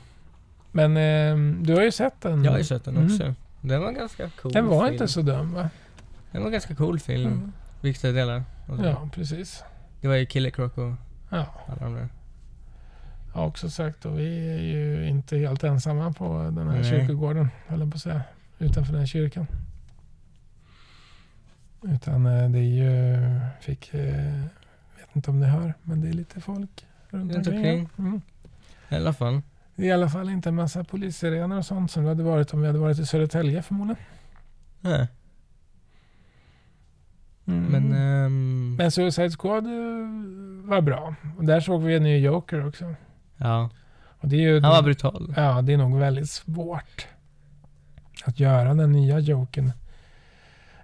[SPEAKER 1] Men eh, du har ju sett den.
[SPEAKER 2] Jag har ju sett den
[SPEAKER 1] Mm.
[SPEAKER 2] också. Den var ganska cool
[SPEAKER 1] Den var
[SPEAKER 2] film. Mm.
[SPEAKER 1] inte så dum va?
[SPEAKER 2] Den var ganska cool film. Viktiga delar. och så.
[SPEAKER 1] Ja, precis.
[SPEAKER 2] Det var ju Killer Croc och
[SPEAKER 1] Ja.
[SPEAKER 2] alla de där.
[SPEAKER 1] Jag har också sagt och vi är ju inte helt ensamma på den här
[SPEAKER 2] Nej.
[SPEAKER 1] kyrkogården, höll jag på att säga. Utanför den här kyrkan. Utan eh, det är ju, fick, eh, vet inte om ni hör, men det är lite folk runt
[SPEAKER 2] Runt
[SPEAKER 1] omkring.
[SPEAKER 2] omkring.
[SPEAKER 1] Mm.
[SPEAKER 2] I alla fall.
[SPEAKER 1] Det är i alla fall inte en massa polissirener och sånt som det hade varit om vi hade varit i Södertälje förmodligen.
[SPEAKER 2] Nej. Men... ehm,
[SPEAKER 1] eh, Mm. men Suicide Squad eh, var bra. Och där såg vi en ny Joker också.
[SPEAKER 2] ja.
[SPEAKER 1] Och det är ju
[SPEAKER 2] Han var brutal.
[SPEAKER 1] Ja, det är nog väldigt svårt att göra den nya Jokern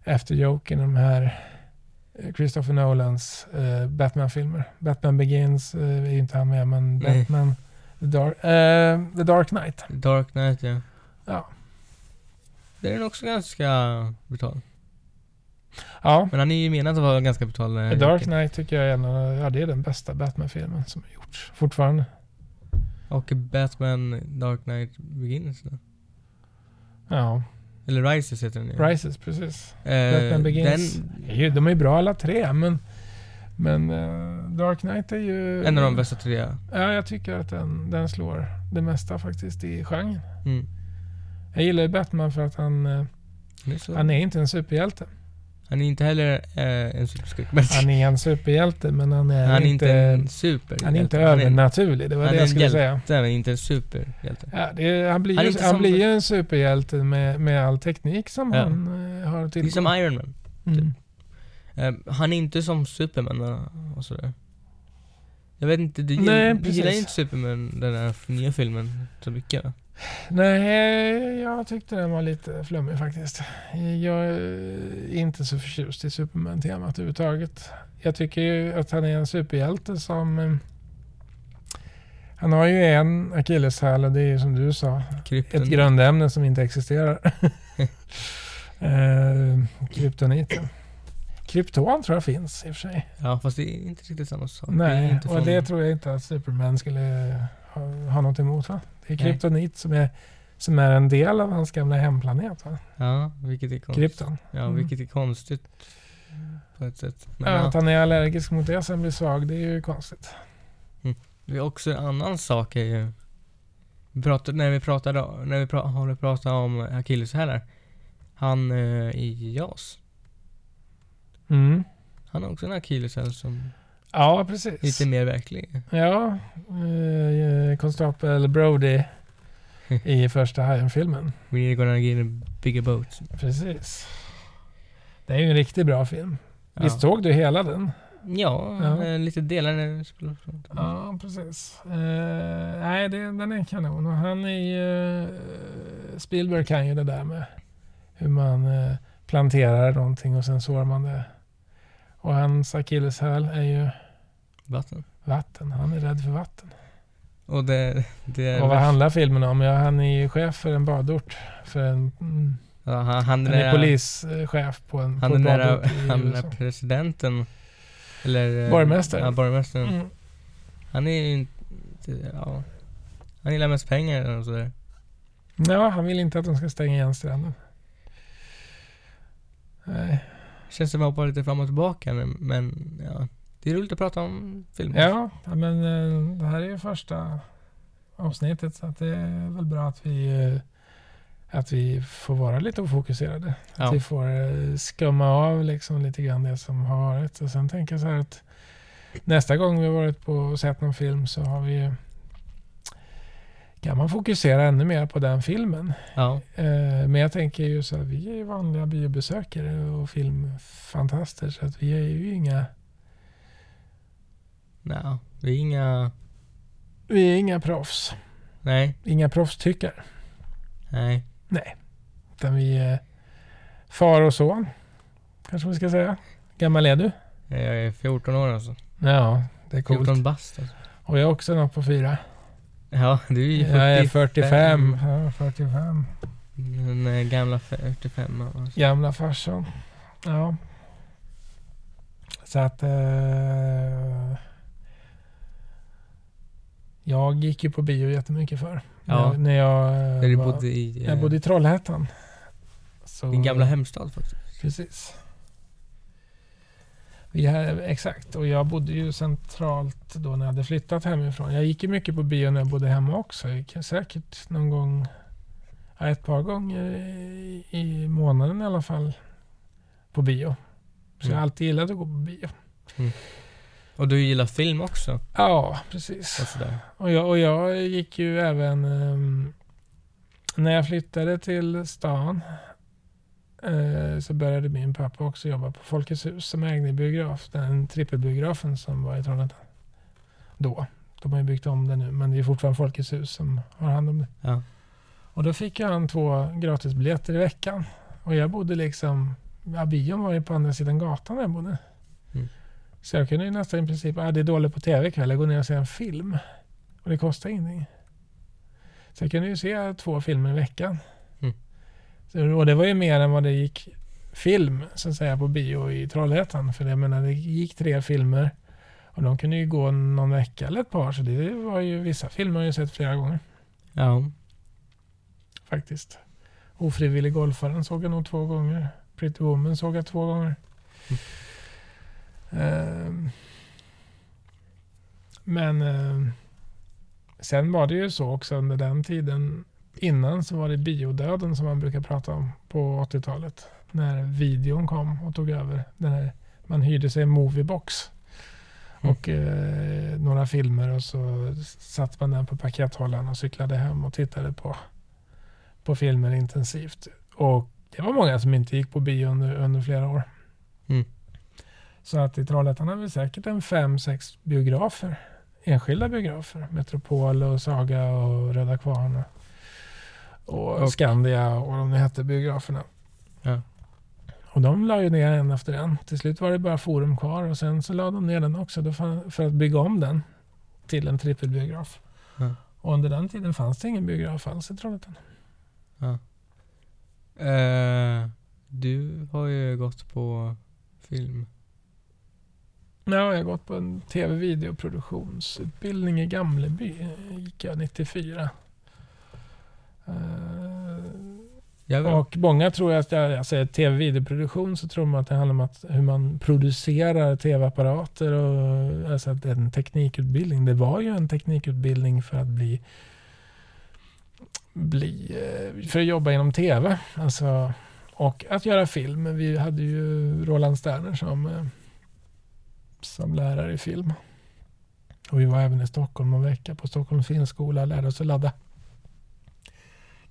[SPEAKER 1] efter Jokern, de här eh, Christopher Nolans eh, Batman-filmer. Batman Begins eh, är ju inte han med, men
[SPEAKER 2] Nej.
[SPEAKER 1] Batman The Dark, eh, The Dark Knight.
[SPEAKER 2] Dark Knight ja.
[SPEAKER 1] Ja.
[SPEAKER 2] Där är den också ganska brutal.
[SPEAKER 1] ja.
[SPEAKER 2] Men han är ju menad att vara ganska brutal. eh,
[SPEAKER 1] The Dark
[SPEAKER 2] Joker.
[SPEAKER 1] Knight tycker jag är, en, av- ja, det är den bästa Batman-filmen som har gjorts fortfarande.
[SPEAKER 2] Och Batman Dark Knight Begins då.
[SPEAKER 1] Ja,
[SPEAKER 2] Eller Rises heter den ju.
[SPEAKER 1] Rises, precis.
[SPEAKER 2] Eh,
[SPEAKER 1] Batman Begins.
[SPEAKER 2] Den,
[SPEAKER 1] Det är ju- De är ju bra alla tre, men, men eh, Dark Knight är ju...
[SPEAKER 2] en av de bästa tre.
[SPEAKER 1] Ja, jag tycker att den, den slår det mesta faktiskt i genren.
[SPEAKER 2] Mm.
[SPEAKER 1] Jag gillar ju Batman för att han, eh,
[SPEAKER 2] Det är så.
[SPEAKER 1] han är inte en superhjälte.
[SPEAKER 2] Han är inte heller eh, en superskurk.
[SPEAKER 1] Han är en superhjälte men han är,
[SPEAKER 2] han
[SPEAKER 1] inte,
[SPEAKER 2] är inte en super.
[SPEAKER 1] han är inte
[SPEAKER 2] Han är,
[SPEAKER 1] övernaturlig. Det var
[SPEAKER 2] han
[SPEAKER 1] det
[SPEAKER 2] är en
[SPEAKER 1] jag skulle
[SPEAKER 2] hjälte.
[SPEAKER 1] säga.
[SPEAKER 2] inte- men inte en superhjälte.
[SPEAKER 1] Ja, det är, han blir,
[SPEAKER 2] Han är
[SPEAKER 1] ju,
[SPEAKER 2] inte
[SPEAKER 1] han
[SPEAKER 2] som-
[SPEAKER 1] blir ju en superhjälte med, med all teknik som
[SPEAKER 2] Ja.
[SPEAKER 1] han eh, har
[SPEAKER 2] Det är
[SPEAKER 1] tillgång
[SPEAKER 2] som Iron Man. typ.
[SPEAKER 1] Mm.
[SPEAKER 2] Eh, han är inte som Superman och- och sådär. Jag vet inte, du
[SPEAKER 1] Nej,
[SPEAKER 2] gillar, du
[SPEAKER 1] precis.
[SPEAKER 2] gillar ju inte Superman, den här nya filmen, så mycket va?
[SPEAKER 1] Nej, jag tyckte den var lite flummig faktiskt. Jag är inte så förtjust i Superman-temat överhuvudtaget. Jag tycker ju att han är en superhjälte som... eh, Han har ju en akilleshäl och det är ju som du sa,
[SPEAKER 2] Krypton.
[SPEAKER 1] ett grundämne som inte existerar. eh, kryptoniten. Krypton tror jag finns i och för sig.
[SPEAKER 2] Ja, fast det är inte riktigt samma sak. Det är
[SPEAKER 1] Nej,
[SPEAKER 2] inte
[SPEAKER 1] och det tror jag inte att Superman skulle ha, ha något emot. Va? Det är
[SPEAKER 2] Nej.
[SPEAKER 1] kryptonit som är, som är en del av hans gamla hemplanet. Va?
[SPEAKER 2] Ja, vilket är konstigt.
[SPEAKER 1] Krypton.
[SPEAKER 2] Ja,
[SPEAKER 1] Mm.
[SPEAKER 2] vilket är konstigt. På ett sätt. Men
[SPEAKER 1] Ja,
[SPEAKER 2] ja,
[SPEAKER 1] att han är allergisk mot det sen blir svag, det är ju konstigt.
[SPEAKER 2] Det är också en annan sak är ju... Vi pratade, när vi pratade, när vi pra, har vi pratat om akilleshälar. Han eh, i JAS.
[SPEAKER 1] Mm.
[SPEAKER 2] Han har också en akilleshäl som
[SPEAKER 1] Ja,
[SPEAKER 2] är
[SPEAKER 1] precis.
[SPEAKER 2] lite mer verklig.
[SPEAKER 1] Ja, eh, konstapel Brody i första Hajen-filmen.
[SPEAKER 2] We are gonna get a bigger boat.
[SPEAKER 1] Precis. Det är ju en riktigt bra film.
[SPEAKER 2] Ja.
[SPEAKER 1] Visst såg du hela den?
[SPEAKER 2] Ja,
[SPEAKER 1] Ja.
[SPEAKER 2] eh, lite delar när vi spelar.
[SPEAKER 1] Ja, precis. Eh, nej, det, den är kanon. Och han är ju... eh, Spielberg kan ju det där med hur man eh, planterar någonting och sen sår man det. Och hans akilleshäl är ju
[SPEAKER 2] Vatten.
[SPEAKER 1] vatten. Han är rädd för vatten.
[SPEAKER 2] Och det, det är...
[SPEAKER 1] Och vad handlar filmen om? Ja, han är ju chef för en badort. För en, mm,
[SPEAKER 2] Ja, han, han,
[SPEAKER 1] han
[SPEAKER 2] den
[SPEAKER 1] är
[SPEAKER 2] där-
[SPEAKER 1] polischef på en
[SPEAKER 2] Han
[SPEAKER 1] på
[SPEAKER 2] den
[SPEAKER 1] en
[SPEAKER 2] där,
[SPEAKER 1] badort i
[SPEAKER 2] han den
[SPEAKER 1] USA.
[SPEAKER 2] där presidenten. Eller... eh,
[SPEAKER 1] Borgmästaren.
[SPEAKER 2] Ja, borgmästaren.
[SPEAKER 1] Mm.
[SPEAKER 2] Han är ju inte... Ja. Han gillar mest pengar och sådär.
[SPEAKER 1] Ja, han vill inte att de ska stänga igen stranden. Nej.
[SPEAKER 2] Känns som att jag hoppar lite fram och tillbaka men, men ja. Det är roligt att prata om filmer.
[SPEAKER 1] Ja, ja, men eh, det här är ju första avsnittet så att det är väl bra att vi, eh, att vi får vara lite ofokuserade.
[SPEAKER 2] Ja.
[SPEAKER 1] Att vi får eh, skumma av liksom lite grann det som har varit. Och sen tänker jag så här att nästa gång vi har varit på och sett någon film så har vi ju- kan man fokusera ännu mer på den filmen.
[SPEAKER 2] ja.
[SPEAKER 1] Eh, Men jag tänker ju så här, vi är ju vanliga biobesökare och filmfantaster så att vi är ju inga,
[SPEAKER 2] Nej, vi är inga...
[SPEAKER 1] vi är inga proffs.
[SPEAKER 2] Nej.
[SPEAKER 1] Inga proffstyckare.
[SPEAKER 2] Nej.
[SPEAKER 1] Utan vi är far och son, kanske vi ska säga. Gammal är du?
[SPEAKER 2] Jag är 14 år alltså.
[SPEAKER 1] Ja, det är coolt.
[SPEAKER 2] 14 bast alltså.
[SPEAKER 1] Och jag är också en på fyra.
[SPEAKER 2] Ja, du är ju 40.
[SPEAKER 1] Jag är 45. Ja, 45.
[SPEAKER 2] Den eh, gamla 45 alltså.
[SPEAKER 1] Gamla farsan. Ja. Så att... Eh, jag gick ju på bio jättemycket förr.
[SPEAKER 2] Ja.
[SPEAKER 1] När, när jag, eh,
[SPEAKER 2] När du
[SPEAKER 1] var-
[SPEAKER 2] bodde i...
[SPEAKER 1] när jag bodde i Trollhättan. Så-
[SPEAKER 2] Din gamla hemstad faktiskt.
[SPEAKER 1] Precis. Vi här, exakt, och jag bodde ju centralt då när jag hade flyttat hemifrån. Jag gick ju mycket på bio när jag bodde hemma också. Jag gick säkert någon gång, ja, ett par gånger i, i månaden i alla fall, på bio. Så jag
[SPEAKER 2] Mm.
[SPEAKER 1] har alltid gillat att gå på bio.
[SPEAKER 2] Och du gillar film också.
[SPEAKER 1] Ja, precis.
[SPEAKER 2] Och sådär.
[SPEAKER 1] Och jag, och jag gick ju även... ehm, när jag flyttade till stan eh, så började min pappa också jobba på Folkets hus som ägde biograf. Den trippelbiografen som var i Trollhättan. Då. De har ju byggt om det nu men det är fortfarande Folkets hus som har hand om det.
[SPEAKER 2] Ja.
[SPEAKER 1] Och då fick ju han två gratisbiljetter i veckan. Och jag bodde liksom... Ja, bion var ju på andra sidan gatan där jag bodde.
[SPEAKER 2] Mm.
[SPEAKER 1] Så jag kunde ju nästan i princip... Ah, det är dåligt på tv ikväll. Jag går ner och ser en film. Och det kostar ingenting. Så jag kunde ju se två filmer i veckan.
[SPEAKER 2] Mm.
[SPEAKER 1] Så, och det var ju mer än vad det gick film så att säga på bio i Trollhättan. För jag menar, det gick tre filmer. Och de kunde ju gå någon vecka eller ett par. Så det var ju vissa filmer har jag ju sett flera gånger
[SPEAKER 2] Ja.
[SPEAKER 1] faktiskt. Ofrivillig golfaren såg jag nog två gånger. Pretty Woman såg jag två gånger. Ehm. men ehm, sen var det ju så också under den tiden innan så var det biodöden som man brukar prata om på 80-talet. när videon kom och tog över. Den här, man hyrde sig en moviebox och eh, några filmer och så satt man den på pakethållaren och cyklade hem och tittade på, på filmer intensivt. Och det var många som inte gick på bio under, under flera år.
[SPEAKER 2] Mm.
[SPEAKER 1] Så att i Trollhättan har vi säkert en fem, sex biografer. Enskilda biografer. Metropol och Saga och Röda Kvarn och, och
[SPEAKER 2] Och-
[SPEAKER 1] Skandia och vad de nu hette biograferna.
[SPEAKER 2] Ja.
[SPEAKER 1] Och de la ju ner en efter en. Till slut var det bara Forum kvar och sen så la de ner den också då fan- för att bygga om den till en trippelbiograf.
[SPEAKER 2] Ja.
[SPEAKER 1] Och under den tiden fanns det ingen biograf alls i Trollhättan.
[SPEAKER 2] Eh, du har ju gått på film.
[SPEAKER 1] Nej, jag har gått på en tv-videoproduktionsutbildning i Gamleby. eh, gick jag 94. Eh,
[SPEAKER 2] Jag vet,
[SPEAKER 1] Och många tror ju att jag, jag säger tv-videoproduktion så tror man att det handlar om att hur man producerar tv-apparater och alltså att det är en teknikutbildning. Det var ju en teknikutbildning för att bli, bli eh, för att jobba inom tv. Alltså, och att göra film. Vi hade ju Roland Sterner som, eh, som lärare i film. Och vi var även i Stockholm en vecka på Stockholms filmskola och lärde oss att ladda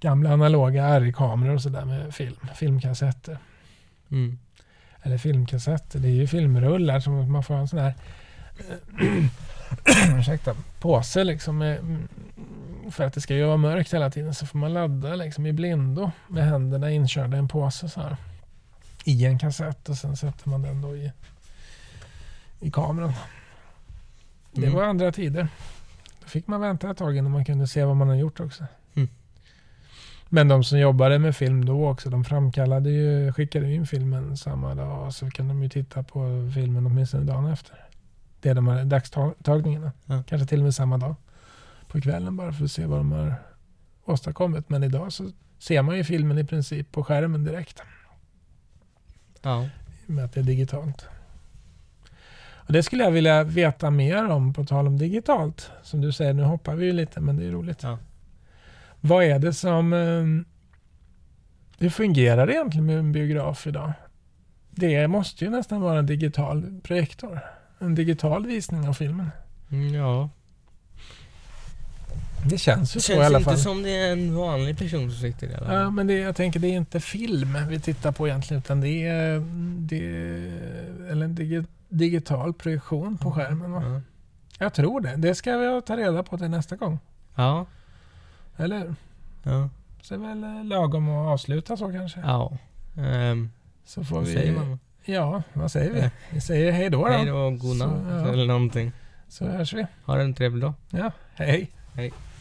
[SPEAKER 1] gamla analoga R-kameror och sådär med film, filmkassetter.
[SPEAKER 2] mm,
[SPEAKER 1] Eller filmkassetter, det är ju filmrullar som man får en sån här eh, ursäkta, påse liksom. Med, mm, för att det ska ju vara mörkt hela tiden så får man ladda liksom i blindo med händerna inkörda i en påse så här. I en kassett och sen sätter man den då i, i kameran. Det
[SPEAKER 2] Mm.
[SPEAKER 1] var andra tider. Då fick man vänta ett tag innan man kunde se vad man har gjort också.
[SPEAKER 2] Mm.
[SPEAKER 1] Men de som jobbade med film då också, de framkallade ju, skickade in filmen samma dag och så kan de ju titta på filmen åtminstone dagen efter. Det är de här dagstagningarna.
[SPEAKER 2] Ja.
[SPEAKER 1] Kanske till och med samma dag. På kvällen bara för att se vad de har åstadkommit. Men idag så ser man ju filmen i princip på skärmen direkt.
[SPEAKER 2] ja.
[SPEAKER 1] I och med att det är digitalt. Och det skulle jag vilja veta mer om på tal om digitalt. Som du säger, nu hoppar vi ju lite men det är roligt.
[SPEAKER 2] Ja.
[SPEAKER 1] Vad är det som... eh, Hur fungerar det egentligen med en biograf idag? Det måste ju nästan vara en digital projektor. En digital visning av filmen.
[SPEAKER 2] Mm, ja.
[SPEAKER 1] Det känns ju
[SPEAKER 2] Det
[SPEAKER 1] så i
[SPEAKER 2] känns
[SPEAKER 1] alla
[SPEAKER 2] inte
[SPEAKER 1] fall.
[SPEAKER 2] som det är en vanlig person som sitter där.
[SPEAKER 1] Ja, men det, jag tänker det är inte film vi tittar på egentligen utan det är, det är eller en digi, digital projektion
[SPEAKER 2] Mm.
[SPEAKER 1] på skärmen. Va?
[SPEAKER 2] Ja.
[SPEAKER 1] Jag tror det. Det ska jag ta reda på till nästa gång.
[SPEAKER 2] Ja.
[SPEAKER 1] Eller hur?
[SPEAKER 2] Ja.
[SPEAKER 1] Så är väl eh, lagom att avsluta så kanske.
[SPEAKER 2] ja. Ehm,
[SPEAKER 1] Så får
[SPEAKER 2] vad
[SPEAKER 1] vi...
[SPEAKER 2] säger man?
[SPEAKER 1] Ja, vad säger vi?
[SPEAKER 2] Eh.
[SPEAKER 1] Vi säger hej då. då.
[SPEAKER 2] Hej då, godnatt
[SPEAKER 1] Så, ja.
[SPEAKER 2] eller någonting.
[SPEAKER 1] Så hörs vi.
[SPEAKER 2] Ha en trevlig dag.
[SPEAKER 1] Ja, hej.
[SPEAKER 2] Hej.